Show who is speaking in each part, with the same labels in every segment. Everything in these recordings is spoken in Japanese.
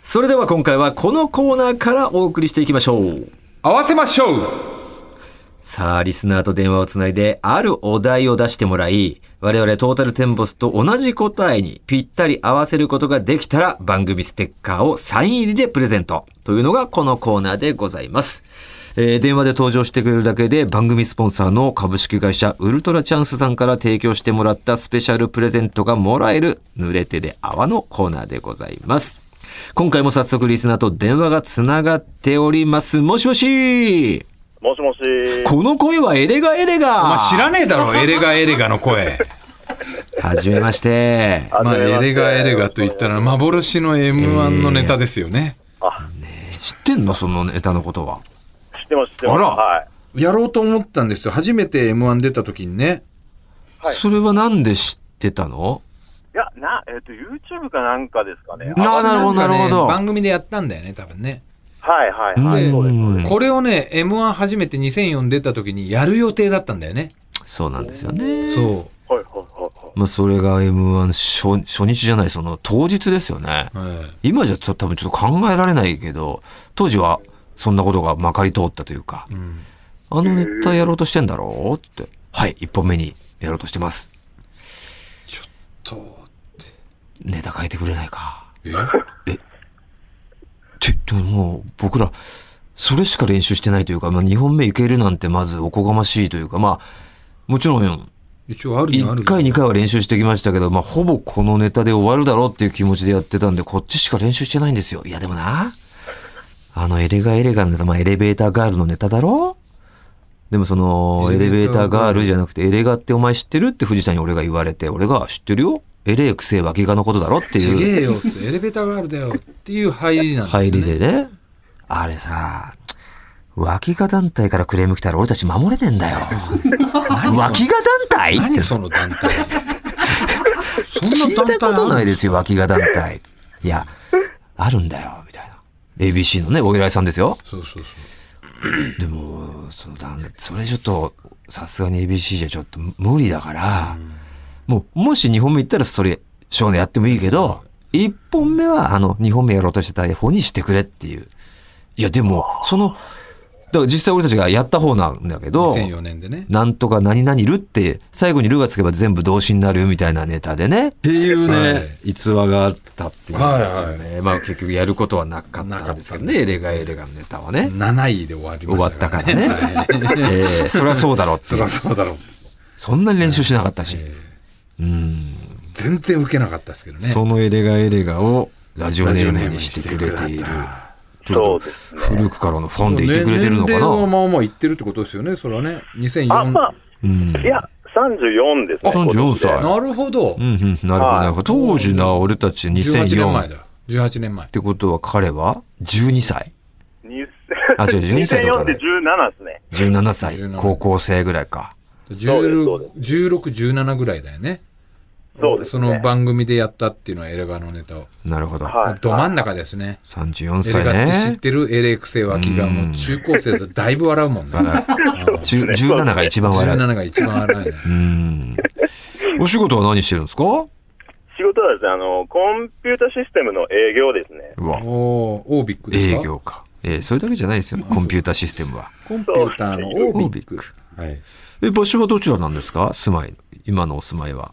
Speaker 1: それでは今回はこのコーナーからお送りしていきましょう。
Speaker 2: 合わせましょう
Speaker 1: さあ、リスナーと電話をつないで、あるお題を出してもらい、我々トータルテンボスと同じ答えにぴったり合わせることができたら、番組ステッカーをサイン入りでプレゼント。というのがこのコーナーでございます。えー電話で登場してくれるだけで、番組スポンサーの株式会社ウルトラチャンスさんから提供してもらったスペシャルプレゼントがもらえる、濡れ手で泡のコーナーでございます。今回も早速リスナーと電話がつながっております。もしもし
Speaker 3: もしもし。
Speaker 1: この声はエレガエレガ。
Speaker 2: お前知らねえだろ、エレガエレガの声。
Speaker 1: はじめまして。
Speaker 3: あ
Speaker 2: まあ、
Speaker 3: 初め
Speaker 2: エ
Speaker 3: まして
Speaker 2: レガエレガと言ったら、幻の M1 のネタですよね。
Speaker 1: 知ってんのそのネタのことは。
Speaker 3: 知ってます、知ってます。
Speaker 2: あら
Speaker 3: はい。
Speaker 2: やろうと思ったんですよ。初めて M1 出た時にね。
Speaker 3: はい
Speaker 1: それはなんで知ってたの
Speaker 3: いや、な、えっ、と、YouTube かなんかですかね。
Speaker 1: な
Speaker 3: あ
Speaker 1: あなるほど
Speaker 2: んかね
Speaker 1: なるほど
Speaker 2: 番組でやったんだよね、多分ね。
Speaker 3: はい、はい、はい。そうです。
Speaker 1: うん
Speaker 2: これをね、M1 初めて2004出た時にやる予定だったんだよね。
Speaker 1: そうなんですよね。
Speaker 2: そ
Speaker 3: はい、はい、はいはい。
Speaker 1: まあ、それが M1 初初日じゃない、その当日ですよね。
Speaker 2: う。はい
Speaker 1: 今じゃちょ多分ちょっと考えられないけど、当時はそんなことがまかり通ったというか、あのネタやろうとしてんだろうって。はい、一本目にやろうとしてます。
Speaker 2: と、
Speaker 1: ネタ変えてくれないか。
Speaker 2: え
Speaker 1: って言ってももう僕らそれしか練習してないというか、まあ、2本目いけるなんてまずおこがましいというかまあもちろん
Speaker 2: 一応あるにはある
Speaker 1: 1
Speaker 2: には
Speaker 1: 回2回は練習してきましたけど、まあ、ほぼこのネタで終わるだろうっていう気持ちでやってたんでこっちしか練習してないんですよいやでもなあのエレガエレガのネタ、まあ、エレベーターガールのネタだろでもそのエ
Speaker 2: エ
Speaker 1: レ
Speaker 2: レ
Speaker 1: ベ
Speaker 2: ベ
Speaker 1: ータ
Speaker 2: ー
Speaker 1: ー
Speaker 2: ター
Speaker 1: ガ
Speaker 2: ガ
Speaker 1: ー
Speaker 2: ー
Speaker 1: ル
Speaker 2: ル
Speaker 1: じゃなくてエレガってお前知ってるって藤田に俺が言われて俺が知ってるよエレくせえ脇がのことだろっていう
Speaker 2: ちげえよってエレベーターがあるだよっていう入りなんですね。
Speaker 1: 入りでね。あれさ、脇が団体からクレーム来たら俺たち守れねえん だよ。脇が団体
Speaker 2: 何その団体。そんな
Speaker 1: 聞い
Speaker 2: 団体
Speaker 1: たこと
Speaker 2: あ
Speaker 1: ない
Speaker 2: る
Speaker 1: ですよ、脇が団体。いや、あるんだよ、みたいな。ABC のね、お偉いさんですよ。
Speaker 2: そうそうそう。
Speaker 1: でも、その団それちょっと、さすがに ABC じゃちょっと無理だから、もう、もし2本目行ったらそれ、少年やってもいいけど、1本目は、あの、2本目やろうとしてた方にしてくれっていう。いや、でも、その、だから実際俺たちがやった方なんだけど、
Speaker 2: 2004年でね。
Speaker 1: なんとか何々るって、最後にるがつけば全部動詞になるみたいなネタでね。っていう
Speaker 2: ね
Speaker 1: 逸話があったってい
Speaker 2: うんですよね
Speaker 1: まあ結局やることはなかったんですけどね、エレガエレガのネタはね。
Speaker 2: 7位で終わり
Speaker 1: 終
Speaker 2: ま
Speaker 1: わ
Speaker 2: し
Speaker 1: った
Speaker 2: た
Speaker 1: か
Speaker 2: からら
Speaker 1: ね
Speaker 2: ね。。
Speaker 1: え えそりゃそうだろうって
Speaker 2: そ
Speaker 1: い
Speaker 2: り
Speaker 1: う
Speaker 2: ゃ。そうだろう。
Speaker 1: そんなに練習しなかったし。
Speaker 2: 全然受けなかったですけどね。
Speaker 1: そのエレガエレガをラジオネームにしてくれて
Speaker 2: ラ
Speaker 1: い
Speaker 2: ジオネームにして
Speaker 1: る
Speaker 2: くれた。
Speaker 1: ちょっと
Speaker 3: そうですね
Speaker 1: 古くからのファンでいてくれてるのか
Speaker 2: 年齢は
Speaker 1: な。
Speaker 2: まあまあ言ってるってことですよね、それはね。
Speaker 3: あ、ま
Speaker 2: 2004
Speaker 3: あ、
Speaker 1: うん。
Speaker 3: いや、34です
Speaker 1: あ34
Speaker 3: ね。
Speaker 1: 歳
Speaker 3: 今年で
Speaker 2: なるほど
Speaker 1: うん。うん、なるほどなるほど。当時な、俺たち
Speaker 2: 18年
Speaker 1: 2004。
Speaker 2: 前
Speaker 1: っ
Speaker 2: だ。18年前。
Speaker 1: てことは彼は12歳。
Speaker 3: に
Speaker 1: あ違う12歳ってこ
Speaker 3: 2004
Speaker 1: と
Speaker 3: っ
Speaker 1: だ
Speaker 3: て
Speaker 1: ね
Speaker 3: 17ですね。
Speaker 1: 17歳
Speaker 2: 17。
Speaker 1: 高校生ぐらいか。
Speaker 3: そうで
Speaker 2: 16、17ぐらいだよね。
Speaker 3: そうですね
Speaker 2: の番組でやったっていうのはエレガのネタを。
Speaker 1: なるほど。
Speaker 3: はい
Speaker 2: ど真ん中ですね。
Speaker 1: 34
Speaker 2: エレ
Speaker 1: 歳
Speaker 2: ガって知っ
Speaker 1: ね。
Speaker 2: てるエレクセワキがもう中高生だとだいぶ笑うもんね。
Speaker 1: 10 17が一番笑う。
Speaker 2: 17が一番笑うね。
Speaker 1: うん。お仕事は何してるんですかう
Speaker 3: 仕事はですね、あの、コンピュータシステムの営業ですね。
Speaker 1: わ。
Speaker 2: おー、オービックですか
Speaker 1: 営業か。えーそれだけじゃないですよ、コンピュータシステムは。
Speaker 2: コンピューターのオービッ
Speaker 1: オービッ
Speaker 2: ク。はい。
Speaker 1: え、場所はどちらなんですか住まい、今のお住まいは。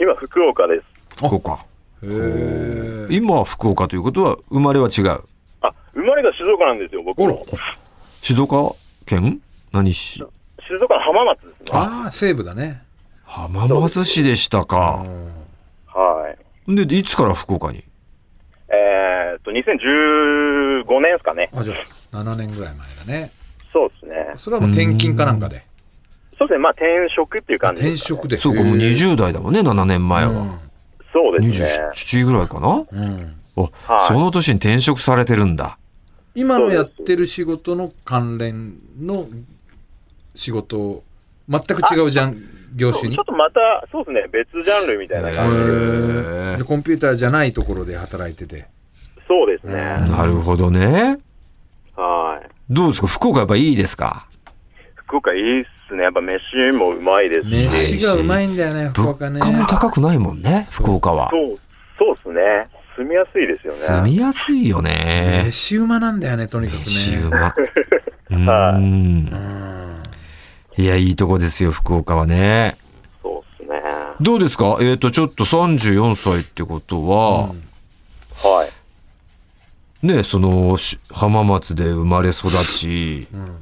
Speaker 3: 今、福岡です。
Speaker 1: 福岡。
Speaker 2: へー
Speaker 1: 今は福岡ということは、生まれは違う。
Speaker 3: あ、生まれが静岡なんですよ、僕
Speaker 2: あら
Speaker 3: も。
Speaker 1: 静岡県何市
Speaker 3: 静岡の浜松ですね。
Speaker 2: ああ、西部だね。
Speaker 1: 浜松市でしたか。
Speaker 3: はい。
Speaker 1: で、いつから福岡に
Speaker 3: えーっと、2015年ですかね。
Speaker 2: あ、じゃあ、7年ぐらい前だね。
Speaker 3: そうですね。
Speaker 2: それはもう転勤かなんかで。
Speaker 3: そうですね、まあ転職っていう感じ
Speaker 2: 転
Speaker 3: ですかね、
Speaker 2: 職で。
Speaker 1: そうか、もう
Speaker 2: へー
Speaker 1: 20代だもんね、7年前は。
Speaker 3: そうですね。
Speaker 1: 27ぐらいかな、
Speaker 2: うん
Speaker 1: あ、
Speaker 3: はい
Speaker 1: その年に転職されてるんだ。
Speaker 2: 今のやってる仕事の関連の仕事を、全く違うじゃん、業種に
Speaker 3: ちょっ。とまた、そうですね、別ジャンルみたいな感じで。
Speaker 2: へでコンピューターじゃないところで働いてて。
Speaker 3: そうですね。
Speaker 1: なるほどね。
Speaker 3: はい。
Speaker 1: どうですか福岡やっぱいいですか
Speaker 3: 福岡いいっすね。やっぱ飯もうまいですし。
Speaker 2: 飯がうまいんだよね、福
Speaker 1: 物
Speaker 2: 岡ね。
Speaker 1: 価も高くないもんね、福岡は。
Speaker 3: そう、そうっすね。住みやすいですよね。
Speaker 1: 住みやすいよね。
Speaker 2: 飯馬なんだよね、とにかくね。
Speaker 1: 飯うま。うーん。
Speaker 2: うん
Speaker 1: いや、いいとこですよ、福岡はね。
Speaker 3: そうっすね。は
Speaker 1: どうですかえっ、と、ちょっと34歳ってことは、
Speaker 3: い。
Speaker 1: ね、その、し浜松で生まれ育ち、
Speaker 2: うん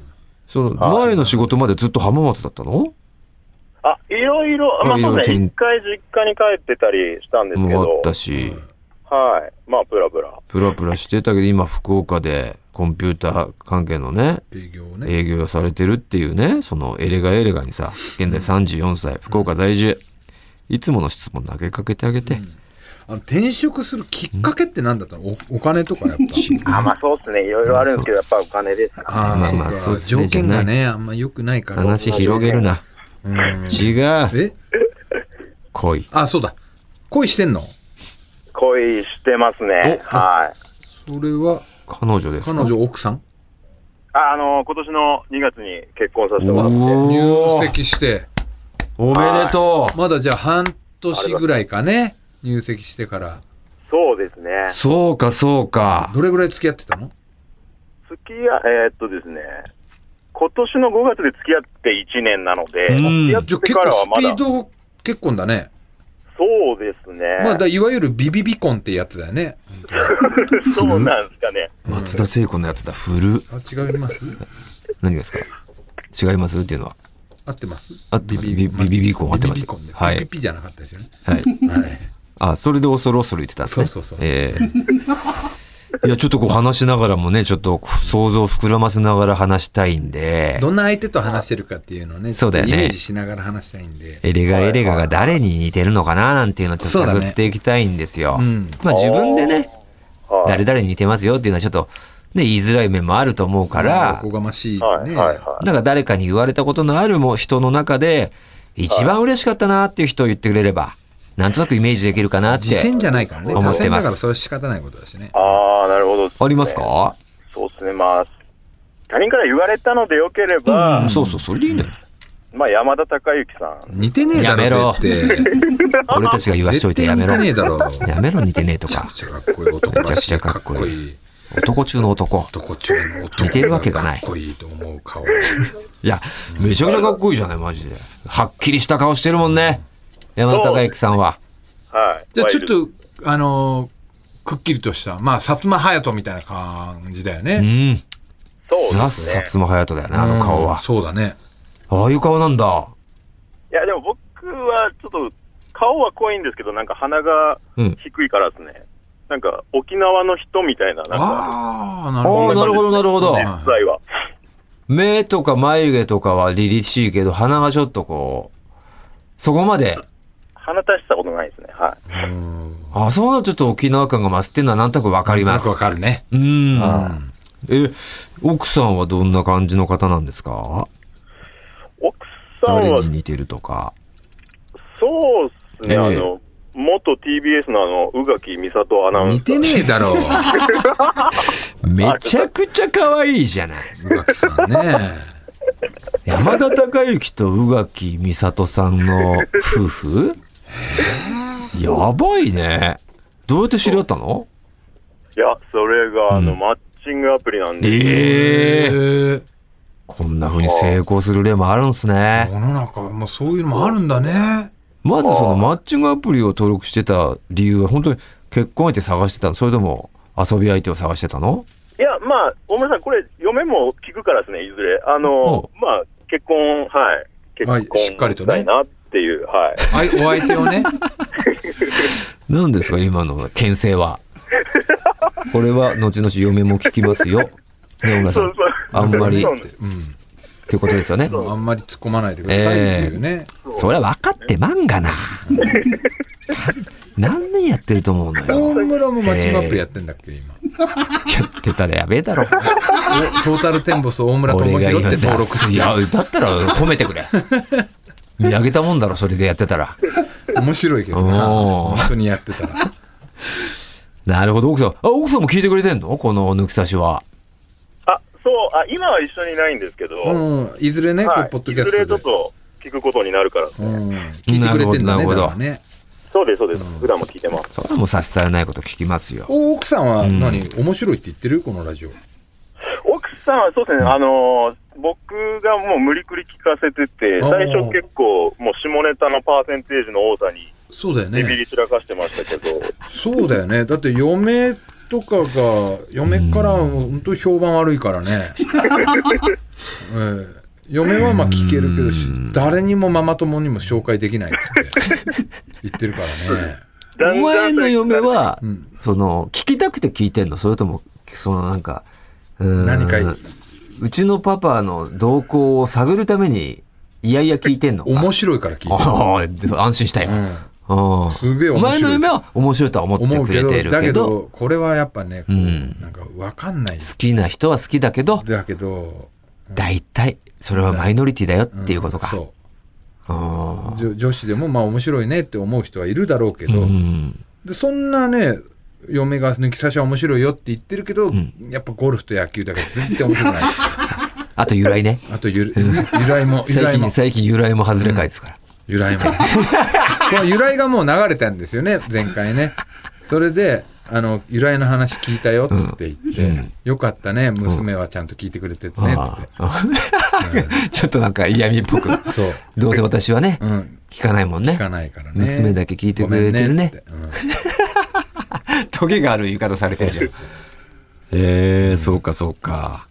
Speaker 1: その、前の仕事までずっと浜松だったの
Speaker 3: あ、いろいろ、まあ
Speaker 1: いろいろ
Speaker 3: そうですね、
Speaker 1: 転
Speaker 3: 一回実家に帰ってたりしたんですけ
Speaker 1: もあっ
Speaker 3: ど、
Speaker 1: たし、
Speaker 3: はい。まあ、ブラブラ。
Speaker 1: プラプラしてたけど、今、福岡でコンピューター関係のね、
Speaker 2: 営業をね。
Speaker 1: 営業されてるっていうね、そのエレガエレガにさ、現在34歳、福岡在住。いつもの質問投げかけてあげて。
Speaker 2: あの転職するきっかけって何だったのおお金とかやっ ぱ。
Speaker 3: あ、まあそうっすね。いろいろあるんですけど、やっぱお金ですかね。
Speaker 2: あ
Speaker 1: まあ
Speaker 2: ー
Speaker 1: まあ
Speaker 2: そ
Speaker 1: そうう
Speaker 2: か。
Speaker 1: ですね
Speaker 2: 条件が
Speaker 1: じ
Speaker 2: ね、あんま良くないから。
Speaker 1: 話広げるな。
Speaker 2: う
Speaker 1: 違
Speaker 2: ん
Speaker 1: う。
Speaker 2: え
Speaker 1: 来い。
Speaker 2: あ、そうだ。恋してんの
Speaker 3: 恋してますね。
Speaker 1: お
Speaker 3: はい。
Speaker 2: それは、
Speaker 1: 彼女です
Speaker 2: 彼
Speaker 1: か
Speaker 2: 女、奥さん
Speaker 3: あ、あの、今年の2月に結婚させてもらって、
Speaker 1: お
Speaker 2: 入
Speaker 1: ー
Speaker 2: 籍して。
Speaker 1: おめでとう
Speaker 2: まだじゃあ半年ぐらいかね。入籍してから。
Speaker 3: そうですね。
Speaker 1: そうか、そうか。
Speaker 2: どれぐらい付き合ってたの
Speaker 3: 付き合えーっとですね、今年の5月で付き合って1年なので、
Speaker 1: うん
Speaker 3: 付き合っ
Speaker 2: じゃあ
Speaker 3: て
Speaker 2: 結
Speaker 3: から
Speaker 2: 構
Speaker 3: はま
Speaker 2: スピ
Speaker 3: だ
Speaker 2: ー、ド結婚だね。
Speaker 3: そうですね。
Speaker 2: まあ、だいわゆるビビビ婚ってやつだよね。
Speaker 3: そうなんですかね。
Speaker 1: 松田聖子のやつだ。振る。
Speaker 2: あ、違います
Speaker 1: 何がですか違いますっていうのは。
Speaker 2: 合ってます
Speaker 1: あビビビビビビ婚合ってます
Speaker 2: ビビビ婚で。
Speaker 1: はい
Speaker 2: ビビビじゃなかったですよね。
Speaker 1: はい。
Speaker 2: はい。
Speaker 1: あ、それで恐る恐る言ってたんですね。
Speaker 2: そうそうそう
Speaker 1: ええいや、ちょっとこう話しながらもね、ちょっと想像を膨らませながら話したいんで、
Speaker 2: どんな相手と話してるかっていうのをね、
Speaker 1: そうだよね
Speaker 2: ちょっとイメージしながら話したいんで。
Speaker 1: エレガエレガが誰に似てるのかななんていうのをちょっと
Speaker 2: そうだね
Speaker 1: 探っていきたいんですよ。
Speaker 2: うん
Speaker 1: まあ自分でね、
Speaker 3: はい
Speaker 1: 誰々に似てますよっていうのはちょっと、ね、言いづらい面もあると思うか
Speaker 2: お
Speaker 1: ら、
Speaker 2: こがましい
Speaker 3: はい、
Speaker 2: ね。
Speaker 3: はい、は
Speaker 1: なんか誰かに言われたことのあるも人の中で、一番嬉しかったなっていう人を言ってくれれば、なんとなくイメージできるかなっ
Speaker 2: 実
Speaker 1: て。
Speaker 2: 践じゃないからね。
Speaker 1: 思
Speaker 2: 他
Speaker 1: って
Speaker 2: 戦
Speaker 1: ま
Speaker 2: だ
Speaker 1: す
Speaker 2: からそれは仕方ないことだしね
Speaker 3: い。。ああ、なるほど、
Speaker 1: ありますか、
Speaker 3: そうですね、まあ、他人から言われたのでよければ、
Speaker 1: そうそう、それでいいのよ。
Speaker 3: まあ、山田孝之さん。
Speaker 2: 似てねえだろ。
Speaker 1: やめろ
Speaker 2: 絶対
Speaker 1: 俺たちが言わしといてやめ
Speaker 2: 絶
Speaker 1: ろ
Speaker 2: 対。似てねえだろ。
Speaker 1: やめろ、似てねえとか
Speaker 2: め。ちゃくちゃかっこいい男ら
Speaker 1: めちゃく
Speaker 2: し
Speaker 1: ちゃ
Speaker 2: い。
Speaker 1: か
Speaker 2: か
Speaker 1: っ
Speaker 2: っ
Speaker 1: こいい
Speaker 2: こいい。
Speaker 1: 男中の男。
Speaker 2: 男中の男。
Speaker 1: 似てるわけがない
Speaker 2: かっこいいと思う顔。
Speaker 1: いや、めちゃくちゃかっこいいじゃない、マジで。はっきりした顔してるもんね。山田孝之さんは。
Speaker 3: はい。
Speaker 2: じゃあちょっ
Speaker 3: ま
Speaker 2: と、あのー、くっきりとした、まあ、薩摩隼人みたいな感じだよ
Speaker 1: う
Speaker 2: ね。
Speaker 1: ん。
Speaker 3: あいるそう
Speaker 1: ザ・
Speaker 3: ですね
Speaker 1: 薩。摩隼人だよね、あの顔
Speaker 2: うん
Speaker 1: は。
Speaker 2: そうだね。
Speaker 1: ああいう顔なんだ。
Speaker 3: いや、でも僕はちょっと、顔は濃いんですけど、なんか鼻が
Speaker 1: うん
Speaker 3: 低いからですね。なんか、沖縄の人みたいな、なんか、
Speaker 2: ああ、なる
Speaker 1: あ
Speaker 2: ほ
Speaker 1: あ、
Speaker 2: ど。
Speaker 1: なるほど、なるほど。
Speaker 2: あ
Speaker 3: 実際は。
Speaker 1: 目とか眉毛とかは凛々しいけど、鼻がちょっとこう、そこまで。
Speaker 3: 鼻出したことないですね。はい。
Speaker 2: うん
Speaker 1: あ、そうなるとちょっと沖縄感が増すっていうのはなんとなくわかり
Speaker 2: な
Speaker 1: ま
Speaker 2: ん
Speaker 1: す
Speaker 2: かわ。かるね。
Speaker 1: うん。え、奥さんはどんな感じの方なんですか
Speaker 3: 奥さん
Speaker 1: 誰
Speaker 3: は
Speaker 1: に、似てるとか。
Speaker 3: そうですね、
Speaker 1: ええ
Speaker 3: あの、元 TBS のあの、宇垣美里アナウン
Speaker 2: 似
Speaker 3: サー。
Speaker 2: てねえだろ う。
Speaker 1: めちゃくちゃ可愛いじゃない。
Speaker 2: 宇垣さんね。
Speaker 1: 山田孝之と宇垣美里さんの夫婦やばいね。どうやって知り合ったの
Speaker 3: いや、それが、あの、
Speaker 1: うん
Speaker 3: マッチングアプリなんで、
Speaker 1: ええ
Speaker 2: え
Speaker 1: こんな風に成功する例もあるんです
Speaker 2: え。
Speaker 1: ね。
Speaker 2: 世の中、もうそういうのもあるんだね。
Speaker 1: まずそのマッチングアプリを登録してた理由は本当に結婚相手探してたのそれとも遊び相手を探してたの
Speaker 3: いや、まあ、大村さん、これ、嫁も聞くからですね、いずれ。あの、まあ、結婚、はい。結
Speaker 2: は
Speaker 3: 婚
Speaker 2: いしっかりとね
Speaker 3: したいなってい う、はい。
Speaker 2: はい、お相手を ね。
Speaker 1: 何ですか今の牽制 は。これは後々嫁も聞きますよ。ね、小村さ。
Speaker 3: そうんそう
Speaker 1: あんまり
Speaker 3: そ
Speaker 1: っ
Speaker 3: うなんです
Speaker 2: うん。
Speaker 1: てことですよね。
Speaker 2: あんまり突っ込まないでくださいっていうね。
Speaker 1: そりゃ分かってまんがな。何年やってると思うの
Speaker 2: 大
Speaker 1: よ。
Speaker 2: 村もマッチングアプリやってんだっけ、今。
Speaker 1: やってたらやべえだろ。
Speaker 2: おトータルテンボス大村智
Speaker 1: 俺が
Speaker 2: 広
Speaker 1: 今
Speaker 2: って登録
Speaker 1: い
Speaker 2: して
Speaker 1: や、だったら褒めてくれ。見上げたもんだろ、それでやってたら。
Speaker 2: 面白いけどな。
Speaker 1: おー
Speaker 2: 本当にやってたら。
Speaker 1: なるほど、奥さん。あ、奥さんも聞いてくれてんのこの抜き差しは。
Speaker 3: あ、そう、あ、今は一緒にいないんですけど、
Speaker 2: うん。いずれね、こ
Speaker 3: は
Speaker 2: うポッ
Speaker 3: い。
Speaker 2: ド
Speaker 3: い
Speaker 2: キャ
Speaker 3: ずれ
Speaker 2: ス
Speaker 3: ちょ
Speaker 2: ト
Speaker 3: っ
Speaker 2: で。
Speaker 3: と聞くことになるからです
Speaker 2: う
Speaker 3: ね。
Speaker 2: ん聞いてくれてん
Speaker 1: な
Speaker 2: だ
Speaker 1: る
Speaker 2: ね、
Speaker 1: ほど
Speaker 2: だからね。
Speaker 3: そうです、そうです。普段も聞いてます。
Speaker 1: そんなもん差し支えないこと聞きますよ。
Speaker 2: お奥さんは
Speaker 1: うん
Speaker 2: 何、面白いって言ってるこのラジオ。
Speaker 3: 奥さんはそうですね、あのー僕がもう無理くり聞かせてて、
Speaker 2: あー
Speaker 3: 最初結構、もう下ネタのパーセンテージの多さに、
Speaker 2: そうだよ
Speaker 3: ビビ
Speaker 2: ね。
Speaker 3: り散らかしてました けど、
Speaker 2: そうだよね。だって嫁とかが、嫁からは本当評判悪いからね。 うん嫁はまあ聞けるけどし、誰にもママ友にも紹介できないっつって言ってるからね。
Speaker 3: だ
Speaker 1: お
Speaker 3: んだ
Speaker 1: 前
Speaker 3: ん
Speaker 1: の嫁は
Speaker 2: うん、
Speaker 1: その、聞きたくて聞いてんのそれとも、そのなんか、うーん
Speaker 2: 何か
Speaker 1: うちのパパの動向を探るために、いやいや聞いてんのか。
Speaker 2: 面白いから聞いてる。
Speaker 1: ああ、安心したよ。
Speaker 2: うん
Speaker 1: うん
Speaker 2: すげえ面白い
Speaker 1: お前の夢は面白いとは思って
Speaker 2: 思う
Speaker 1: く
Speaker 2: け
Speaker 1: れ
Speaker 2: ど
Speaker 1: ている
Speaker 2: だ
Speaker 1: け
Speaker 2: け
Speaker 1: ど、
Speaker 2: どこれはやっぱねこう、
Speaker 1: うん
Speaker 2: なんかわかんない
Speaker 1: 好きな人は好きだけど、
Speaker 2: だけど
Speaker 1: 大体、それはマイノリティだよっていうことか。
Speaker 2: そ
Speaker 1: あ
Speaker 2: う女女子でもまあ面白いねって思う人はいるだろうけ
Speaker 1: ー
Speaker 2: ど、
Speaker 1: うん
Speaker 2: でそんなね嫁が抜き差しは面白いよって言ってるけど、やっぱゴルフと野球だけ全然 面白くない
Speaker 1: あと由来ね。
Speaker 2: あとゆゆ由来 も由
Speaker 1: 最
Speaker 2: 来も
Speaker 1: 近、最近由来も外れかいですから。
Speaker 2: 由来も この由来がもう流れたんですよね前回ねそれであの由来の話聞いたよっつって言って、よかったね娘はちゃんと聞いてくれててねっつって
Speaker 1: あ、 ーちょっとなんか嫌味っ ぽく。
Speaker 2: そう
Speaker 1: どうせ私はね、
Speaker 2: うん、
Speaker 1: 聞かないもん
Speaker 2: 聞
Speaker 1: ね。
Speaker 2: かないからね。
Speaker 1: 娘だけ聞いてくれてるね
Speaker 2: ごめんって
Speaker 1: トゲがある言い方されてるじゃん。 えー、そうかそうか。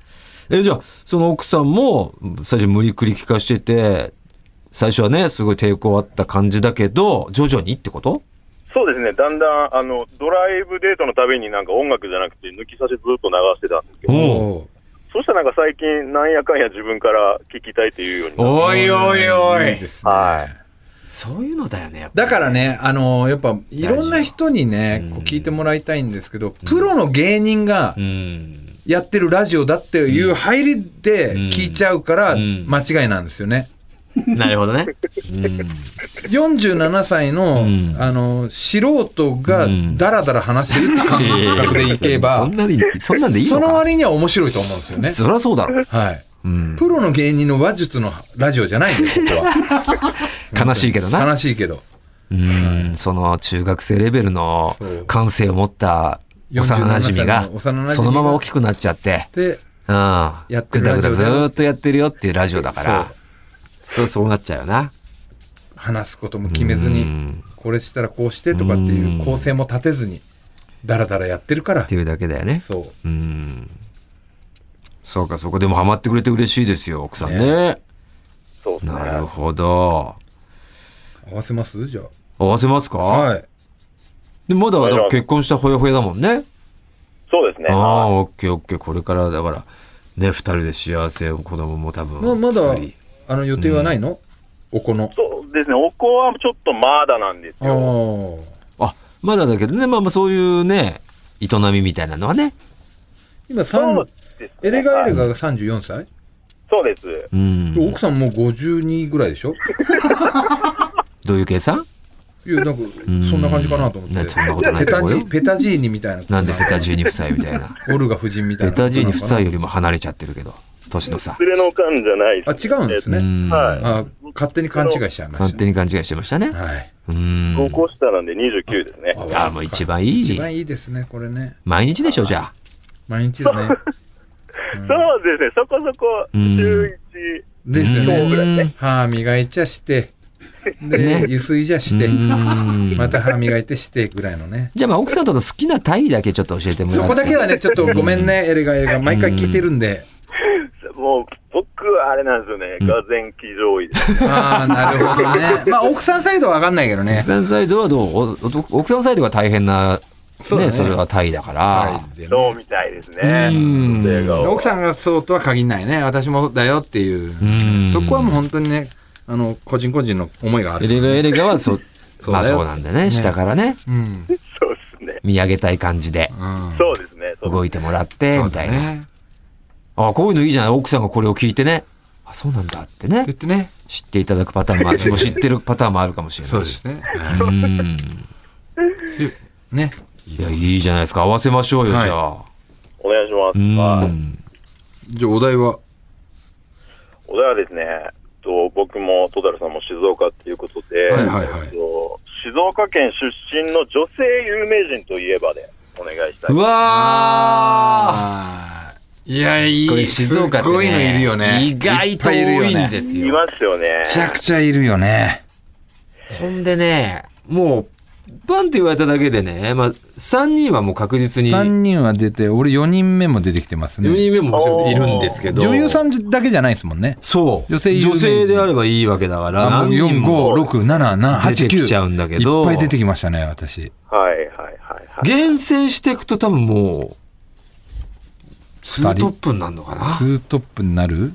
Speaker 1: えじゃあ、その奥さんも、最初無理くり聞かしてて、最初はね、すごい抵抗あった感じだけど、徐々にってこと
Speaker 3: そうですね、だんだん、あの、ドライブデートのたびになんか音楽じゃなくて、抜き差しずっと流してたんですけど、
Speaker 2: うん
Speaker 1: お
Speaker 2: おう
Speaker 3: そしたらなんか最近、なんやかんや自分から聞きたいっていうようになって
Speaker 1: おいおいお
Speaker 2: い
Speaker 1: い
Speaker 2: ですね
Speaker 3: はい
Speaker 1: そういうのだよね、やっぱ
Speaker 2: だからね、あのやっぱ、いろんな人にね、こう聞いてもらいたいんですけど、プロの芸人が
Speaker 1: うん。
Speaker 2: やってるラジオだっていう入りで聞いちゃうから、
Speaker 1: ん
Speaker 2: 間違いなんですよね。
Speaker 1: なるほどね。 うん。
Speaker 2: 47歳の、
Speaker 1: ん
Speaker 2: あの、素人が
Speaker 1: うん
Speaker 2: ダラダラ話してるって感覚でいけば
Speaker 1: そん、なに、そんなんでいい
Speaker 2: そ
Speaker 1: のか
Speaker 2: の割には面白いと思うんですよね。
Speaker 1: そりゃそうだろう。
Speaker 2: はい。
Speaker 1: うん。
Speaker 2: プロの芸人の話術のラジオじゃないんで、ここは。
Speaker 1: 悲しいけどな。
Speaker 2: 悲しいけど。
Speaker 1: うん。その中学生レベルの
Speaker 2: そう
Speaker 1: 感性を持った幼馴染が
Speaker 2: 47歳の幼馴染、が
Speaker 1: そのまま大きくなっちゃって、
Speaker 2: で、
Speaker 1: うん。
Speaker 2: やって
Speaker 1: ぐ
Speaker 2: る
Speaker 1: だ
Speaker 2: ラ
Speaker 1: ぐ
Speaker 2: ジ
Speaker 1: だ
Speaker 2: オで
Speaker 1: ずーっとやってるよっていうラジオだから、そうそうなっちゃうよな。
Speaker 2: 話すことも決めず
Speaker 1: う
Speaker 2: に
Speaker 1: ん、
Speaker 2: これしたらこうしてとかっていううん構成も立てずに、だらだらやってるから
Speaker 1: って、いうだけだよね。。
Speaker 2: そう
Speaker 1: ん。そうか、そこでもハマってくれて嬉しいですよ、奥さんね
Speaker 3: そうですね。
Speaker 1: なるほど。
Speaker 2: う。合わせますじゃ
Speaker 1: 合わせますか
Speaker 2: あ。はい。
Speaker 1: でまだだから結婚したほやほやだもんね。
Speaker 3: そうですね。
Speaker 1: あ
Speaker 3: は
Speaker 1: あ、
Speaker 3: い
Speaker 1: オッケーオッケー。これからだから、ね、二人で幸せを子供も多分
Speaker 2: まあまだ
Speaker 1: 作り。、
Speaker 2: あの、予定はないのおこの。
Speaker 3: そうですね、お子はちょっとまだなんです
Speaker 2: ああ
Speaker 3: よ。
Speaker 2: ー。
Speaker 1: あ、まだだけどね、まあまあそういうね、営みみたいなのはね。
Speaker 2: 今、
Speaker 3: そう
Speaker 2: 三
Speaker 3: ですね
Speaker 2: エレガエレガが34歳
Speaker 3: そうです。
Speaker 1: うん。
Speaker 2: で奥さんもう52ぐらいでしょ
Speaker 1: どういう計算
Speaker 2: いや、なんか、そんな感じかなと思っ
Speaker 1: ね
Speaker 2: て。
Speaker 1: そんなことない
Speaker 2: ペ
Speaker 1: と
Speaker 2: タ
Speaker 1: 思う
Speaker 2: ジ
Speaker 1: よ
Speaker 2: ー、。ペタジーニみたいな。
Speaker 1: なんでペタジーニ夫妻みたいな。
Speaker 2: オルガ夫人みたい
Speaker 1: ペ
Speaker 2: な。
Speaker 1: タジーニ夫妻よりも離れちゃってるけど、年の差。
Speaker 3: 連れのおかんじゃないです。
Speaker 2: あ違うんですね
Speaker 3: えっ
Speaker 1: うん
Speaker 3: とはい。
Speaker 2: あ勝手に勘違いしちゃいま
Speaker 1: 勝
Speaker 2: した
Speaker 1: 手
Speaker 2: ね。
Speaker 1: に勘違いしてましたね。
Speaker 2: はい。
Speaker 1: うん。
Speaker 3: 高校下なんで29ですね。
Speaker 1: ああ、もう一番い
Speaker 2: 一
Speaker 1: い。
Speaker 2: 番いいですね、これね。
Speaker 1: 毎日でしょ、じゃあ。
Speaker 2: 毎日だね。
Speaker 3: そうですね、そこそこ、
Speaker 1: ん
Speaker 3: 週1。
Speaker 2: ですよ
Speaker 3: そうぐら
Speaker 2: ね。
Speaker 3: いね。
Speaker 2: 歯磨いちゃして、で、
Speaker 1: ね
Speaker 2: 油水じゃして、
Speaker 1: うん
Speaker 2: また歯磨いてしてぐらいのね。
Speaker 1: じゃあまあ奥さんとの好きなタイだけちょっと教えてもらって。
Speaker 2: そこだけはね、ちょっとごめんね、エレガエレガ。毎回聞いてるんで。
Speaker 3: もう、僕はあれなんですよね、がぜ騎乗位です。
Speaker 2: ああ、なるほどね。まあ、奥さんサイドはわかんないけどね
Speaker 1: 奥。さんサイドはどうおお奥さんサイドが大変な、
Speaker 2: そうだ
Speaker 1: ね、
Speaker 2: ね
Speaker 1: それはタイだから。
Speaker 2: でね
Speaker 3: そうみたいですね。
Speaker 1: うん
Speaker 3: 映画を
Speaker 2: 奥さんがそうとは限らないね。私もだよっていうう。
Speaker 1: ん
Speaker 2: そこはもう本当にね、あの、個人個人の思いがあ
Speaker 1: エ
Speaker 2: る。
Speaker 1: レガエレガはそ、
Speaker 2: そう
Speaker 1: まあ
Speaker 2: だよ
Speaker 1: そうなんだね。下からね、
Speaker 2: うん。
Speaker 3: そうですね。
Speaker 1: 見上げたい感じで
Speaker 2: うん
Speaker 3: そうですね。そう
Speaker 1: 動いてもらって、
Speaker 2: そう
Speaker 1: みた
Speaker 2: だ
Speaker 1: いな。
Speaker 2: ね。
Speaker 1: あこういうのいいじゃない。奥さんがこれを聞いてね。あ、そうなんだってね
Speaker 2: 言。ってね。
Speaker 1: 知っていただくパターン もあるし、もう知ってるパターンもあるかもしれない。
Speaker 2: そうで。すね。
Speaker 1: うん。
Speaker 2: ね。
Speaker 1: いや、いいじゃないですか。合わせましょうよ、
Speaker 2: はい
Speaker 1: じゃあ。
Speaker 3: お願いします。
Speaker 1: うん。
Speaker 3: はい
Speaker 2: じゃあお題は
Speaker 3: お題はですね、と、僕も戸田さんも静岡っていうことで、
Speaker 1: はいはいはい
Speaker 3: えっと静岡県出身の女性有名人といえばで、お願いしたい。
Speaker 1: うわ
Speaker 4: あーいや、いい。
Speaker 1: ーこれ静岡って、
Speaker 4: す
Speaker 1: ね、
Speaker 4: ごいのいるよね。
Speaker 1: 意外と
Speaker 4: っぱるよ
Speaker 1: 多
Speaker 4: ね
Speaker 1: いんです
Speaker 3: い
Speaker 1: よ。
Speaker 3: ますよね
Speaker 4: め。ちゃくちゃいるよね。
Speaker 1: ほんでね、もう、バンって言われただけでね、まあ、3人はもう確実に、4
Speaker 2: 3人は出て、俺4人目も出てきてますね。
Speaker 1: 人目ももちろんいるんですけど、
Speaker 2: 女優さんだけじゃないですもんね。
Speaker 1: そう。
Speaker 2: 女性有名人
Speaker 1: であればいいわけだから、
Speaker 2: あもう
Speaker 1: 何人
Speaker 2: 4、
Speaker 1: も
Speaker 2: 5、6、7、7、8、9。
Speaker 1: 出てきちゃうんだけど
Speaker 2: いっぱい出てきましたね、私。
Speaker 3: はいはいはいはい。
Speaker 1: 厳選していくと多分もう、ツートップになるのかな
Speaker 2: ツートップになる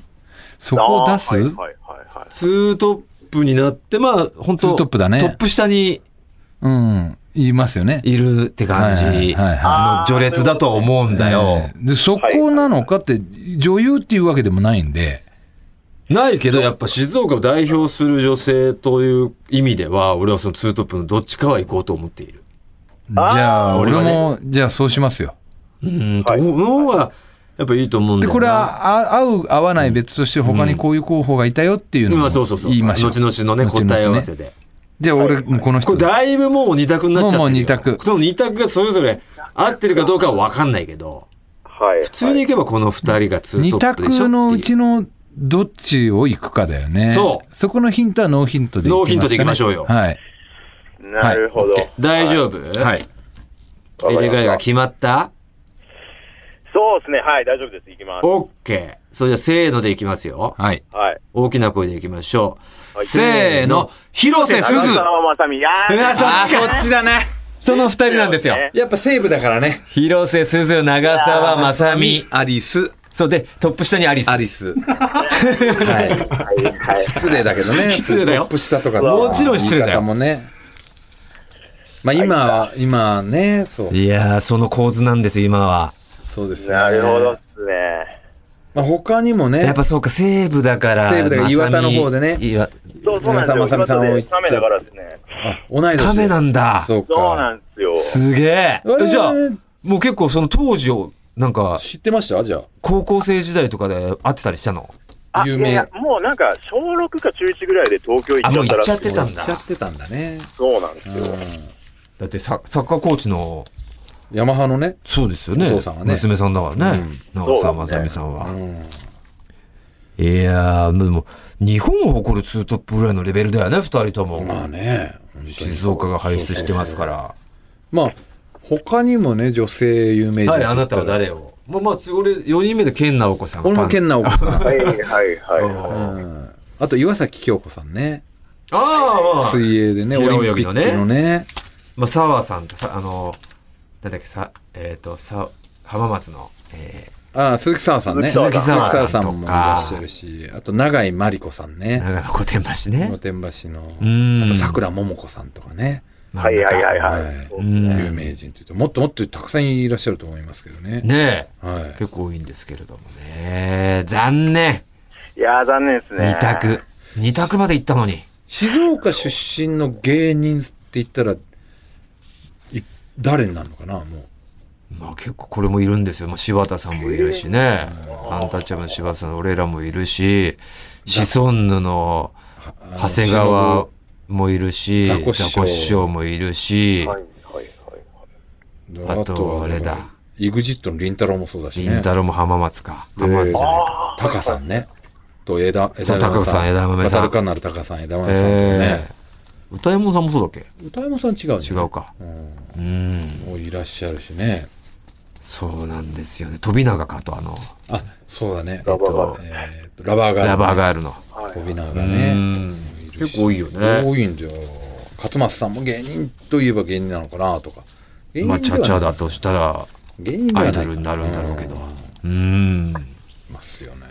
Speaker 2: そ
Speaker 3: あ
Speaker 2: こを
Speaker 3: ー
Speaker 2: 出す、
Speaker 3: はいはいはいはい。
Speaker 1: ツートップになって、まあ、本
Speaker 2: ツ
Speaker 1: 当
Speaker 2: ートップだね
Speaker 1: トップ下に
Speaker 2: うん。言いますよね。
Speaker 1: いるって感じ
Speaker 2: はいはいはい
Speaker 1: の
Speaker 3: はい
Speaker 1: 序列だとは思うんだよ。
Speaker 2: ええで、そこなのかって、女優っていうわけでもないんで、
Speaker 1: ないけど、やっぱ静岡を代表する女性という意味では、俺はそのツートップのどっちかは行こうと思っている。
Speaker 2: じゃあ、
Speaker 1: 俺は
Speaker 2: 俺
Speaker 1: ね
Speaker 2: も、じゃあそうしますよ。
Speaker 1: うん、との方が、やっぱいいと思うんだ
Speaker 2: で、
Speaker 1: よな
Speaker 2: これは、あ合う、合わない別として、他にこういう候補がいたよっていうの
Speaker 1: うん、
Speaker 2: を
Speaker 1: そうそうそう。
Speaker 2: 言いましょう。
Speaker 1: 後々のね、
Speaker 2: 後々
Speaker 1: 答え合わせで。
Speaker 2: じゃあ、俺、もうこの
Speaker 1: こ
Speaker 2: 人
Speaker 1: れ。だいぶもう二択になっちゃってるよ。
Speaker 2: もうもう二択
Speaker 1: この二択がそれぞれ合ってるかどうかは分かんないけど、
Speaker 3: はい、はい。
Speaker 1: 普通に行けばこの二人がツー
Speaker 2: 二
Speaker 1: トップでしょっていう。
Speaker 2: 択のうちのどっちを行くかだよね。
Speaker 1: そう
Speaker 2: そこのヒントはノーヒントでいきますかね
Speaker 1: ノーヒントでいきましょうよ
Speaker 2: はい。
Speaker 3: なるほど。
Speaker 2: はい
Speaker 1: 大丈夫。
Speaker 2: はいい。
Speaker 1: 入れ替えが
Speaker 3: わかりました
Speaker 1: 決まった
Speaker 3: そうですね。はい、大丈夫です。いきます。
Speaker 1: オッケー。それじゃあせーのでいきますよ。
Speaker 2: はい。
Speaker 3: はい。
Speaker 1: 大きな声でいきましょう。
Speaker 3: はい
Speaker 1: せーの、広瀬すず
Speaker 3: 長澤まさみ、いやー
Speaker 1: うわそっちか
Speaker 4: ちだね。
Speaker 1: その二人なんですよ。
Speaker 3: ね
Speaker 4: やっぱ西部だからね。
Speaker 1: 広瀬すず、長澤まさみ。
Speaker 4: アリス、
Speaker 1: そうで、トップ下にアリス。
Speaker 4: アリス。はい。
Speaker 3: はいはい
Speaker 4: 失礼だけどね。
Speaker 1: 失礼だよ
Speaker 4: トップ下とか
Speaker 1: もちろん失礼だよ
Speaker 4: 言い方もね。
Speaker 2: まあ、今は、今ね、そう。
Speaker 1: いやー、その構図なんですよ、今は。
Speaker 2: そうですね。
Speaker 3: なるほどっすね。
Speaker 2: まあ、他に
Speaker 1: や
Speaker 2: もね
Speaker 1: っ、ぱそうか、西部だから。
Speaker 2: 西部だ
Speaker 1: ま
Speaker 2: から
Speaker 1: さみ
Speaker 2: 岩田の方でね
Speaker 1: 岩
Speaker 3: そうそうなんで
Speaker 2: 皆さ
Speaker 3: すよ。
Speaker 2: んまさみさんを言っちゃう
Speaker 3: カメだからですね。
Speaker 2: あ同い年で。
Speaker 1: 亀なんだ。
Speaker 2: そう
Speaker 3: そう
Speaker 2: か。
Speaker 3: なんですよ。
Speaker 1: すげえ
Speaker 2: あ。れ
Speaker 1: じゃあ、もう結構その当時を、なんか、
Speaker 2: 知ってましたじゃ
Speaker 1: 高校生時代とかで会ってたりしたの
Speaker 3: あ
Speaker 2: 有名
Speaker 3: いやいやもうなんか、小6か中1ぐらいで東京行
Speaker 1: あ、
Speaker 3: っち
Speaker 1: も
Speaker 3: ゃ
Speaker 1: う行
Speaker 3: った
Speaker 1: っ
Speaker 3: ら
Speaker 1: ちゃって
Speaker 2: あ。
Speaker 1: た
Speaker 2: 知
Speaker 1: んだ
Speaker 2: っち。ゃってたんだね。
Speaker 3: そうなんです
Speaker 2: う
Speaker 3: よ。
Speaker 2: ん
Speaker 1: だってササッカーコーチの、
Speaker 2: ヤマハのね。
Speaker 1: そうですよね。
Speaker 2: お父さんはね
Speaker 1: 娘さんだからね。長澤まさみさんは。いやー、でも、日本を誇るツートップぐらいのレベルだよね、二人とも。
Speaker 2: まあね。本当に
Speaker 1: 静岡が輩出してますから。
Speaker 2: まあ、他にもね、女性有名人。
Speaker 1: はい、あなたは誰をまあまあ、つ俺、4人目で健直子さん。
Speaker 2: 俺も健直子さん。
Speaker 3: はいはいはい。
Speaker 1: あ
Speaker 2: うんあと、岩崎京子さんね。
Speaker 1: あー、
Speaker 2: 水泳でね、オ
Speaker 1: 平
Speaker 2: リ
Speaker 1: 泳
Speaker 2: ンピ
Speaker 1: ぎの
Speaker 2: ック
Speaker 1: ね
Speaker 2: のね。
Speaker 1: まあ、澤さんとさ、あの、なんだっけ、さ、えっ、と、さ、浜松の、え
Speaker 2: ああ、鈴木沢さんね。
Speaker 3: 鈴木
Speaker 1: 沢さん
Speaker 2: 鈴木さんもいらっしゃるし、あと、永井真理子さん
Speaker 1: ー、
Speaker 2: ね。
Speaker 1: 長野御殿橋
Speaker 2: 御
Speaker 1: ね。
Speaker 2: 殿橋の
Speaker 1: うん。
Speaker 2: あと、桜桃子さんとかね。
Speaker 1: まあ
Speaker 3: はいはいはいは
Speaker 2: はい
Speaker 3: い。そうですね
Speaker 2: 有名人というと、もっともっとたくさんいらっしゃると思いますけどね。
Speaker 1: ねえ。
Speaker 2: はい。
Speaker 1: 結構多いんですけれどもね。残念。
Speaker 3: いやー、残念ですね。
Speaker 1: 二択。二択まで行ったのに。
Speaker 2: 静岡出身の芸人って言ったら、い誰になるのかな、もう。
Speaker 1: まあ結構これもいるんですよ。まあ柴田さんもいるしね。アンタッチャブルの柴田さん、俺らもいるし、シソンヌの
Speaker 2: あの
Speaker 1: 長谷川もいるし、ザ
Speaker 2: ザコ
Speaker 1: コ
Speaker 2: シショウ
Speaker 1: シショウもいるし、
Speaker 3: はいはいはい。
Speaker 2: 忍
Speaker 1: あ
Speaker 2: あ
Speaker 1: と
Speaker 2: とは
Speaker 1: あれだ。
Speaker 2: イグジットのりんたろーもそうだし
Speaker 1: り
Speaker 2: ね
Speaker 1: ん。たろーも浜松か。浜松じゃないか。
Speaker 2: タカさんね。と枝、枝
Speaker 1: そう高さん枝豆さん
Speaker 2: 渡るかなるタカさん、枝豆さんとか
Speaker 1: ええ
Speaker 2: ね。
Speaker 1: 歌右衛門さんもそうだっ
Speaker 2: 歌右衛門さん違う
Speaker 1: け違
Speaker 2: ね
Speaker 1: うか。うん。
Speaker 2: もういらっしゃるしね。
Speaker 1: そうなんですよね。飛び長かとあの、
Speaker 2: あ、そうだね。
Speaker 3: ラバーガール。
Speaker 2: えーとラバーガール。
Speaker 1: ラバーガールの。
Speaker 2: 飛びなが
Speaker 1: う
Speaker 2: らね。
Speaker 1: ん。結構多いよね。
Speaker 2: 多いんだよ。勝松さんも芸人といえば芸人なのかなとか。芸人
Speaker 1: まあ、チャ
Speaker 2: では
Speaker 1: チ
Speaker 2: な
Speaker 1: ャ
Speaker 2: い
Speaker 1: だとしたら、
Speaker 2: 芸人では
Speaker 1: ア
Speaker 2: な
Speaker 1: イ
Speaker 2: いか
Speaker 1: ドルになるんだろうけど。うん。
Speaker 2: いますよね。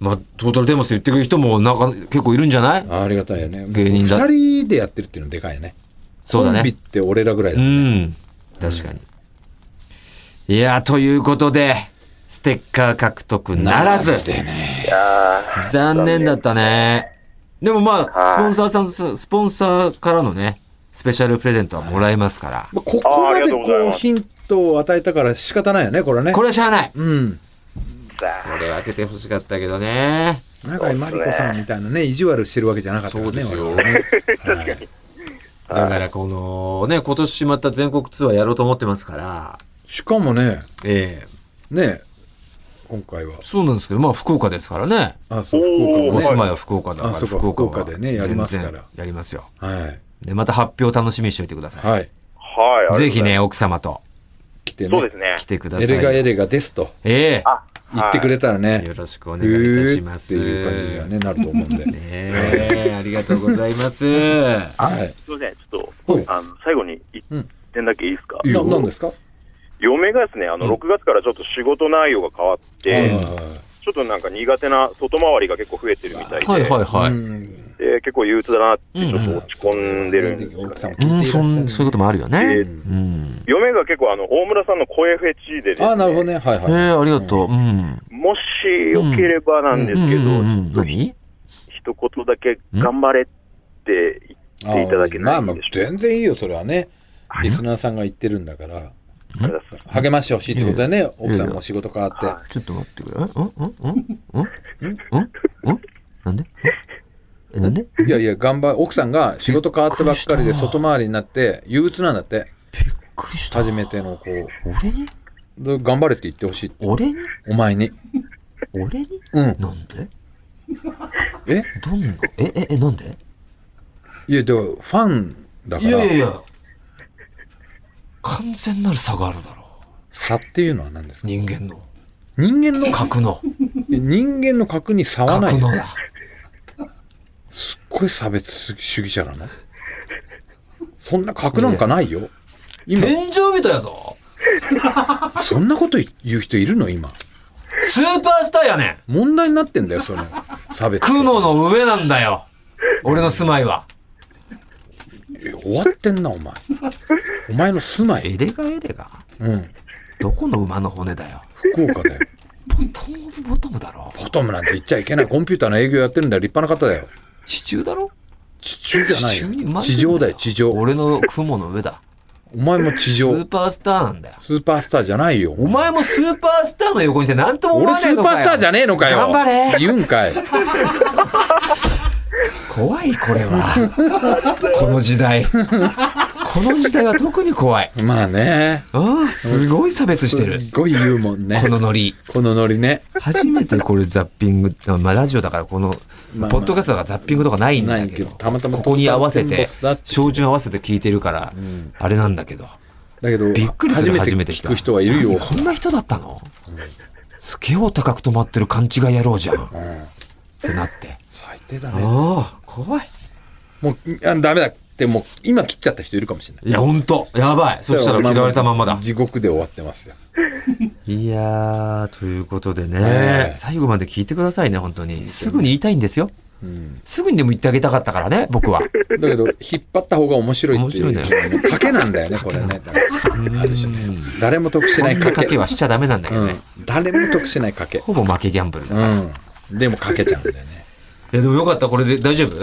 Speaker 1: まあ、トータルテンボス言ってくる人も、なんか、結構いるんじゃない
Speaker 2: あありがたいよね。
Speaker 1: 芸人だ
Speaker 2: 二人でやってるっていうのでかいよね。
Speaker 1: そうだ
Speaker 2: コンビ
Speaker 1: ね
Speaker 2: っ。て俺らぐらいうだもんね。
Speaker 1: ん。確かに。いやー、ということで、ステッカー獲得ならず。
Speaker 2: でね。
Speaker 3: いやー
Speaker 1: 残念だったね。でもまあ、スポンサーさんす、スポンサーからのね、スペシャルプレゼントはもらえますから。
Speaker 2: まあ、ここまで
Speaker 3: あーありがとうござい
Speaker 2: こう
Speaker 3: ます
Speaker 2: ヒントを与えたから仕方ないよね、これね。
Speaker 1: これはしゃあない。
Speaker 2: うん。
Speaker 3: さ
Speaker 4: これ当ててほしかったけどね。
Speaker 2: 永井真理子さんみたいなね、意地悪してるわけじゃなかったからね、
Speaker 4: そうですよ
Speaker 2: 俺はね。はい
Speaker 4: だからこのね、今年また全国ツアーやろうと思ってますから、
Speaker 2: しかもね、
Speaker 4: ええ
Speaker 2: ね、今回は。
Speaker 4: そうなんですけど、まあ福岡ですからね。
Speaker 2: あ、そう、
Speaker 3: おー
Speaker 2: 福
Speaker 4: お
Speaker 2: 岡
Speaker 4: 住
Speaker 2: も
Speaker 4: まい
Speaker 2: ね。
Speaker 4: は福岡だから、
Speaker 2: あそうか福岡でねやりますから
Speaker 4: 全然やりますよ。
Speaker 2: はい。
Speaker 4: で、また発表楽しみにしておいてくださ
Speaker 2: はい。
Speaker 3: あ。はいありがとうございます。
Speaker 4: い。ぜひね、奥様と
Speaker 2: 来て
Speaker 3: そう
Speaker 2: ね
Speaker 3: です。ね
Speaker 4: 来。てくださ
Speaker 2: エ
Speaker 4: いよ。
Speaker 2: レガエレガですと
Speaker 4: ええ
Speaker 3: あ、
Speaker 2: 言ってくれたらね。
Speaker 4: よろしくお願いいたします。
Speaker 2: うーっていう感じにはね、なると思うんで。
Speaker 4: ねえ、ありがとうございます。
Speaker 2: はい。
Speaker 3: すいません、ちょっ
Speaker 2: はい
Speaker 3: と、あの、最後に一
Speaker 2: うん
Speaker 3: 点だけいいですか、
Speaker 2: ななんですか
Speaker 3: 嫁がですね、あの、6月からちょっと仕事内容が変わって、
Speaker 2: はい
Speaker 3: ちょっとなんか苦手な外回りが結構増えてるみたいで、
Speaker 4: はいはいはい。
Speaker 2: うん
Speaker 3: で結構憂鬱だなって、ちょっと落ち込んでるんですよね
Speaker 2: 奥さんも聞
Speaker 4: う
Speaker 2: い
Speaker 4: ん、
Speaker 2: ていら
Speaker 4: そ
Speaker 2: っしゃ
Speaker 4: ん
Speaker 2: る
Speaker 4: そういうこともあるよね。
Speaker 3: えー
Speaker 4: うん。
Speaker 3: 嫁が結構あの、大村さんの声フェチでです、ね、
Speaker 2: ああ、なるほどね。はい
Speaker 4: ええ
Speaker 2: はい。
Speaker 4: ありがとう。うん。
Speaker 3: もしよければなんですけど、
Speaker 4: うんうんうん何
Speaker 3: 一言だけ頑張れって言っていただけ
Speaker 2: ま
Speaker 3: な
Speaker 2: あ
Speaker 3: いで
Speaker 2: まあ
Speaker 3: しょ、うか。
Speaker 2: 全然いいよ、それはね。リスナーさんが言ってるんだから、
Speaker 3: ありがとうございます
Speaker 2: 励ましてほしいってことだね。
Speaker 4: や
Speaker 2: 奥さんも仕事変わって。
Speaker 3: は
Speaker 4: ちょっと待ってくれ。んんんんんんんんなんでんえ、なんで
Speaker 2: いやいや、頑張、奥さんが仕事変わったばっかりで外回りになって、憂鬱なんだって。
Speaker 4: びっくりした。
Speaker 2: 初めての子を。
Speaker 4: 俺に
Speaker 2: で頑張れって言ってほしいって。
Speaker 4: 俺に
Speaker 2: お前に。
Speaker 4: 俺に
Speaker 2: うん。
Speaker 4: なんで
Speaker 2: え
Speaker 4: どんなえ、え、え、なんで
Speaker 2: いや、でもファンだ
Speaker 4: い
Speaker 2: か
Speaker 4: やいやい
Speaker 2: ら、
Speaker 4: や。完全なる差があるだろ
Speaker 2: 差っていうのは何です
Speaker 4: う。
Speaker 2: か
Speaker 4: 人間の。
Speaker 2: 人間の、
Speaker 4: 格の。
Speaker 2: 人間の格に差はない
Speaker 4: 格
Speaker 2: よ。
Speaker 4: のだ。
Speaker 2: すっごい差別主義者なのそんな格なんかないよ。今、
Speaker 4: 天井人やぞ。
Speaker 2: そんなこと言う人いるの今。
Speaker 4: スーパースターやねん。
Speaker 2: 問題になってんだよ、その差別。
Speaker 4: 雲の上なんだよ。俺の住まいは。
Speaker 2: え終わってんな、お前。お前の住まい。
Speaker 4: エレガエレガ
Speaker 2: うん。
Speaker 4: どこの馬の骨だよ。
Speaker 2: 福岡だよ。
Speaker 4: ボトムオブボトムだろ。
Speaker 2: ボトムなんて言っちゃいけない。コンピューターの営業やってるんだよ。立派な方だよ。
Speaker 4: 地中だろ
Speaker 2: 地中じゃない
Speaker 4: 地中に生ま
Speaker 2: よ。
Speaker 4: れてん
Speaker 2: 地上だよ、地上。
Speaker 4: 俺の雲の上だ。
Speaker 2: お前も地
Speaker 4: ス
Speaker 2: 上。
Speaker 4: ーパースターなんだよ。
Speaker 2: スーパースターじゃないよ。
Speaker 4: お前もスーパースターの横にいて何とも思
Speaker 2: 俺
Speaker 4: わね
Speaker 2: ス
Speaker 4: え
Speaker 2: ー
Speaker 4: の
Speaker 2: パ
Speaker 4: かよ。
Speaker 2: ースターじゃねえのかよ。
Speaker 4: 頑張れ。
Speaker 2: 言うんかい。
Speaker 4: 怖い、これは。この時代。この時代は特に怖い。
Speaker 2: まあね。
Speaker 4: ああ、すごい差別してる
Speaker 2: す。っごい言うもんね。
Speaker 4: このノリ。
Speaker 2: このノリね。
Speaker 4: 初めてこれザッピング、まあラジオだからこの、
Speaker 2: まあ
Speaker 4: ポッドキャストがザッピングとかないんだ
Speaker 2: ない
Speaker 4: け
Speaker 2: け
Speaker 4: ど、
Speaker 2: どたまたま
Speaker 4: ここに合わせ
Speaker 2: ポッドキ
Speaker 4: て
Speaker 2: ャストだっ、て
Speaker 4: 照準合わせて聞いてるから、あれなんだけど。
Speaker 2: だけど、
Speaker 4: びっくりす
Speaker 2: 初
Speaker 4: る
Speaker 2: めて
Speaker 4: 初めて
Speaker 2: 聞く人はいるよ。
Speaker 4: こんな人だったのすげえお高く止まってる勘違い野郎じゃん。ってなって。
Speaker 2: 最低だね。
Speaker 4: ああ、怖い。
Speaker 2: もう、あダメだって、もう、今切っちゃった人いるかもしれない。
Speaker 4: いや、ほんと。やばい。そしたら嫌われたまんまだ。
Speaker 2: 地獄で終わってますよ。
Speaker 4: いやー、ということで
Speaker 2: は
Speaker 4: ね、
Speaker 2: い
Speaker 4: 最後まで聞いてくださいね、本当に。すぐに言いたいんですよ。すぐにでも言ってあげたかったからね、 僕は。
Speaker 2: だけど、引っ張った方が面白いっていう。
Speaker 4: 面白
Speaker 2: 賭けなんだよね、これね。ある種ね誰も得しない賭
Speaker 4: か
Speaker 2: け。
Speaker 4: けはしちゃダメなんだけど
Speaker 2: う
Speaker 4: ね。
Speaker 2: ん。誰も得しない賭け。
Speaker 4: ほぼ負けギャンブルだ。
Speaker 2: うん。でも賭けちゃうんだよね。
Speaker 4: いや、でもよかった、これで大丈夫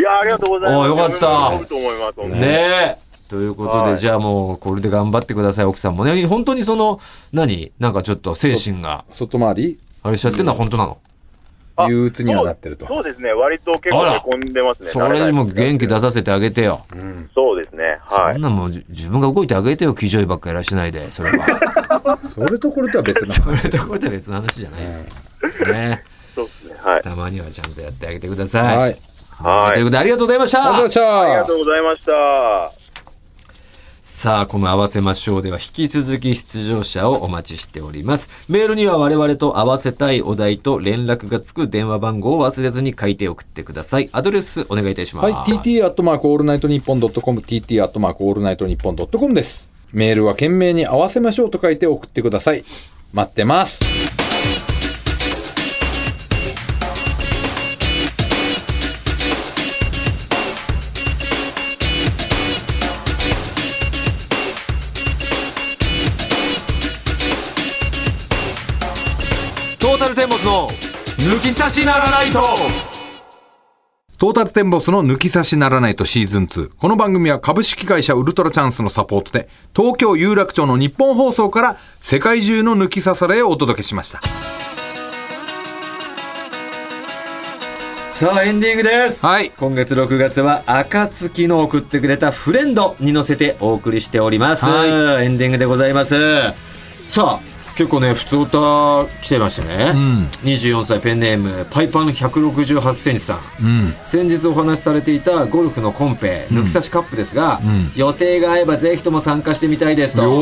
Speaker 3: いや、ありがとうございます。
Speaker 4: おーよかっ
Speaker 3: 嫁
Speaker 4: た
Speaker 3: も喜ぶと思います本当に
Speaker 4: ねえ。ということ
Speaker 3: は
Speaker 4: で、
Speaker 3: い
Speaker 4: じゃあもう、これで頑張ってください、奥さんもね。本当にその、何なんかちょっと精神が、
Speaker 2: 外回り
Speaker 4: あれしちゃってるのは本当なの。
Speaker 3: あ
Speaker 2: 憂鬱にはなってると
Speaker 3: そうそうですね、割と結構
Speaker 4: あら
Speaker 3: へこんでますね。
Speaker 4: それにも
Speaker 3: 慣ない
Speaker 4: 元気出させてあげてよ。
Speaker 3: そうですね、は
Speaker 4: そ
Speaker 3: い
Speaker 4: ん。なもんじ自分が動いてあげてよ、気丈いばっかりやらしないで、それは。
Speaker 2: それとこれとは別な
Speaker 4: これとこれで別の話じゃない。ね
Speaker 3: そうですね、はい。
Speaker 4: たまにはちゃんとやってあげてくだ
Speaker 2: 話。
Speaker 4: さ。
Speaker 2: はいい。
Speaker 4: はい。
Speaker 3: は
Speaker 4: とい
Speaker 3: い。
Speaker 4: うことで、ありがとうございました。
Speaker 2: ありがとうござい
Speaker 3: あり
Speaker 2: ま
Speaker 3: が
Speaker 2: した
Speaker 3: と。うございました。
Speaker 4: さあ、この合わせましょうでは引き続き出場者をお待ちしております。メールには我々と合わせたいお題と連絡がつく電話番号を忘れずに書いて送ってください。アドレスお願いいたします。
Speaker 2: はい、tt アットマークオールナイトニッポンドットコム、tt アットマークオールナイトニッポンドットコムです。メールは懸命に合わせましょうと書いて送ってください。待ってます。
Speaker 4: トータルテンボスの抜き差しならないと
Speaker 2: トータルテンボスの抜き差しならないとシーズン2。この番組は株式会社ウルトラチャンスのサポートで、東京有楽町の日本放送から世界中の抜き差されをお届けしました。
Speaker 4: さあエンディングです、
Speaker 2: はい
Speaker 4: 今月6月は暁の送ってくれたフレンドに乗せてお送りしております、
Speaker 2: は
Speaker 4: エンディングでございますさあ結構ね普通歌来てましたね、
Speaker 2: ん
Speaker 4: 24歳ペンネームパイパン168センチさん
Speaker 2: うん。
Speaker 4: 先日お話しされていたゴルフのコンペ抜き差しカップですが、
Speaker 2: ん
Speaker 4: 予定が合えばぜひとも参加してみたいですと
Speaker 2: よ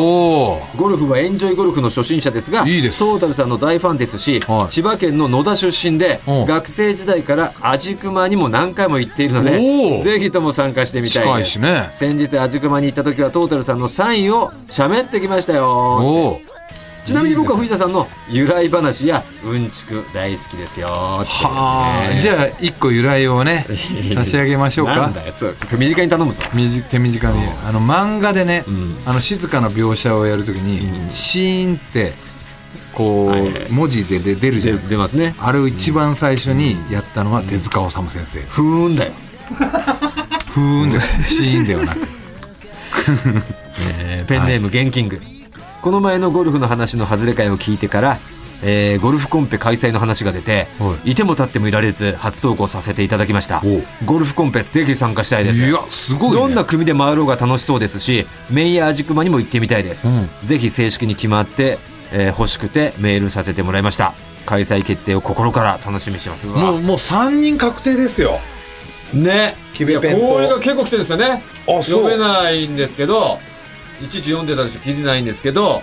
Speaker 2: ー。
Speaker 4: ゴルフはエンジョイゴルフの初心者ですが
Speaker 2: いいです
Speaker 4: トータルさんの大ファンですし、
Speaker 2: はい
Speaker 4: 千葉県の野田出身で
Speaker 2: うん
Speaker 4: 学生時代からアジクマにも何回も行っているの
Speaker 2: お
Speaker 4: で
Speaker 2: ー
Speaker 4: ぜひとも参加してみたいです
Speaker 2: 近いしね
Speaker 4: 先日アジクマに行った時はトータルさんのサインを喋ってきましたよ
Speaker 2: おー。
Speaker 4: ちなみに僕は藤田さんの由来話やうんちく大好きですよ
Speaker 2: はあ。じ
Speaker 4: あ
Speaker 2: ゃあ、一個由来を ね、差し上げましょう
Speaker 4: な
Speaker 2: か
Speaker 4: ん。だよそう短に頼むぞ
Speaker 2: 短手短にあの漫画でね、
Speaker 4: ん
Speaker 2: あの静かな描写をやるときに、シーンってこ
Speaker 4: はいはいう
Speaker 2: 文字でで出るじゃないですか
Speaker 4: 出ますね
Speaker 2: あれを一番最初にやったのは手塚治虫先生
Speaker 4: 不運だよ、
Speaker 2: ふーんですシーンで はなく
Speaker 4: えーペンネームゲンキング、この前のゴルフの話の外れ会を聞いてから、えーゴルフコンペ開催の話が出て、、
Speaker 2: はい
Speaker 4: ても立ってもいられず初投稿させていただきました
Speaker 2: おう
Speaker 4: ゴルフコンペぜひ参加したいです
Speaker 2: いやすごいね
Speaker 4: どんな組で回ろうが楽しそうですしメイヤージクマにも行ってみたいです、
Speaker 2: うん
Speaker 4: ぜひ正式に決まって、えー欲しくてメールさせてもらいました開催決定を心から楽しみにしてますうわ
Speaker 1: もう、もう3人確定ですよ。
Speaker 4: ね
Speaker 1: キベ弁当
Speaker 4: いやこれが結構来てるんですよね
Speaker 1: あそう
Speaker 4: 読めないんですけどいちいち読んでたでしょ聞いてないんですけど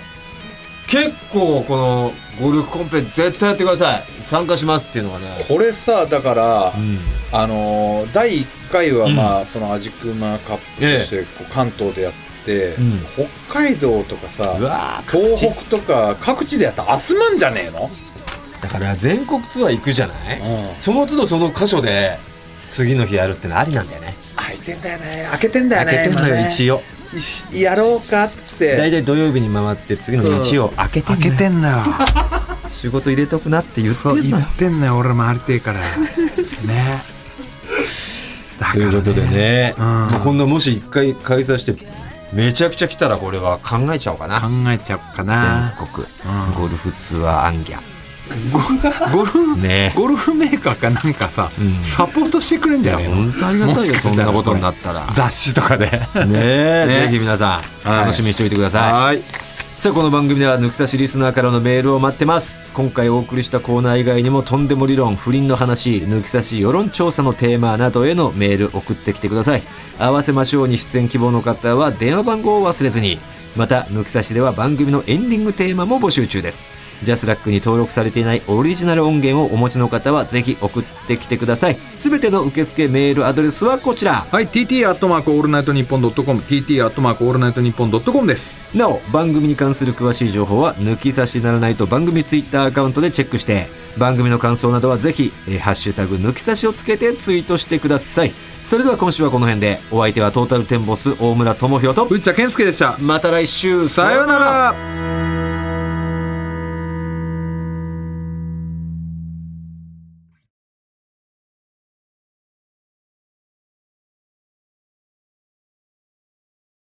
Speaker 4: 結構このゴルフコンペ絶対やってください参加しますっていうのがね
Speaker 1: これさ、だから、
Speaker 4: うん
Speaker 1: あのー第1回はまあ、そのアジクマカップとしてこう関東でやって、
Speaker 4: ん
Speaker 1: 北海道とかさ
Speaker 4: うわー各地
Speaker 1: 東北とか各地でやったら集まんじゃねえの
Speaker 4: だから全国ツアー行くじゃない、
Speaker 1: うん
Speaker 4: その都度その箇所で次の日やるってのありなんだよね
Speaker 1: 開いてんだよね開けてんだよね
Speaker 4: 開けてんだよ
Speaker 1: 今ね
Speaker 4: 一応
Speaker 1: しやろうかっ
Speaker 4: 大
Speaker 1: て
Speaker 4: 体土曜日に回って次の日曜開けて
Speaker 2: 開
Speaker 4: んだ
Speaker 2: け
Speaker 4: よ
Speaker 2: て んな
Speaker 4: 仕事入れとくなって言って
Speaker 2: そうん
Speaker 4: の
Speaker 2: 言
Speaker 4: よ
Speaker 2: ってんな俺回りてえ からねだから
Speaker 4: ということでね、
Speaker 2: うん
Speaker 4: まあ今度もし一回開催してめちゃくちゃ来たらこれは考えちゃおうかな
Speaker 2: 考えちゃおうかな
Speaker 4: 全国
Speaker 2: うん
Speaker 4: ゴルフツアーアンギャ
Speaker 2: ゴルフ、
Speaker 4: ね
Speaker 2: ゴルフメーカーかなんかさ、
Speaker 4: うん
Speaker 2: サポートしてくれんじゃねえの
Speaker 4: 本当ありがたいよ
Speaker 2: もしか
Speaker 4: そん
Speaker 2: したら
Speaker 4: なことになったら
Speaker 2: これ雑誌とかで
Speaker 4: ねえ
Speaker 2: ね
Speaker 4: ぜひ皆さん
Speaker 2: はい
Speaker 4: 楽しみにしておいてくださ い、
Speaker 2: はい
Speaker 4: さあこの番組では抜き差しリスナーからのメールを待ってます今回お送りしたコーナー以外にもとんでも理論不倫の話抜き差し世論調査のテーマなどへのメール送ってきてください合わせましょうに出演希望の方は電話番号を忘れずにまた抜き差しでは番組のエンディングテーマも募集中ですジャスラックに登録されていないオリジナル音源をお持ちの方はぜひ送ってきてくださいすべての受付メールアドレスはこちら
Speaker 2: はい、TT アットマークオールナイトニッポンドットコム、TT アットマークオールナイトニッポンドットコムです。
Speaker 4: なお番組に関する詳しい情報は抜き差しならないと番組ツイッターアカウントでチェックして番組の感想などはぜひ「えーハッシュタグ抜き差し」をつけてツイートしてくださいそれでは今週はこの辺でお相手はトータルテンボス大村智広と
Speaker 2: 藤田健介でした。
Speaker 4: また来週
Speaker 2: さようなら。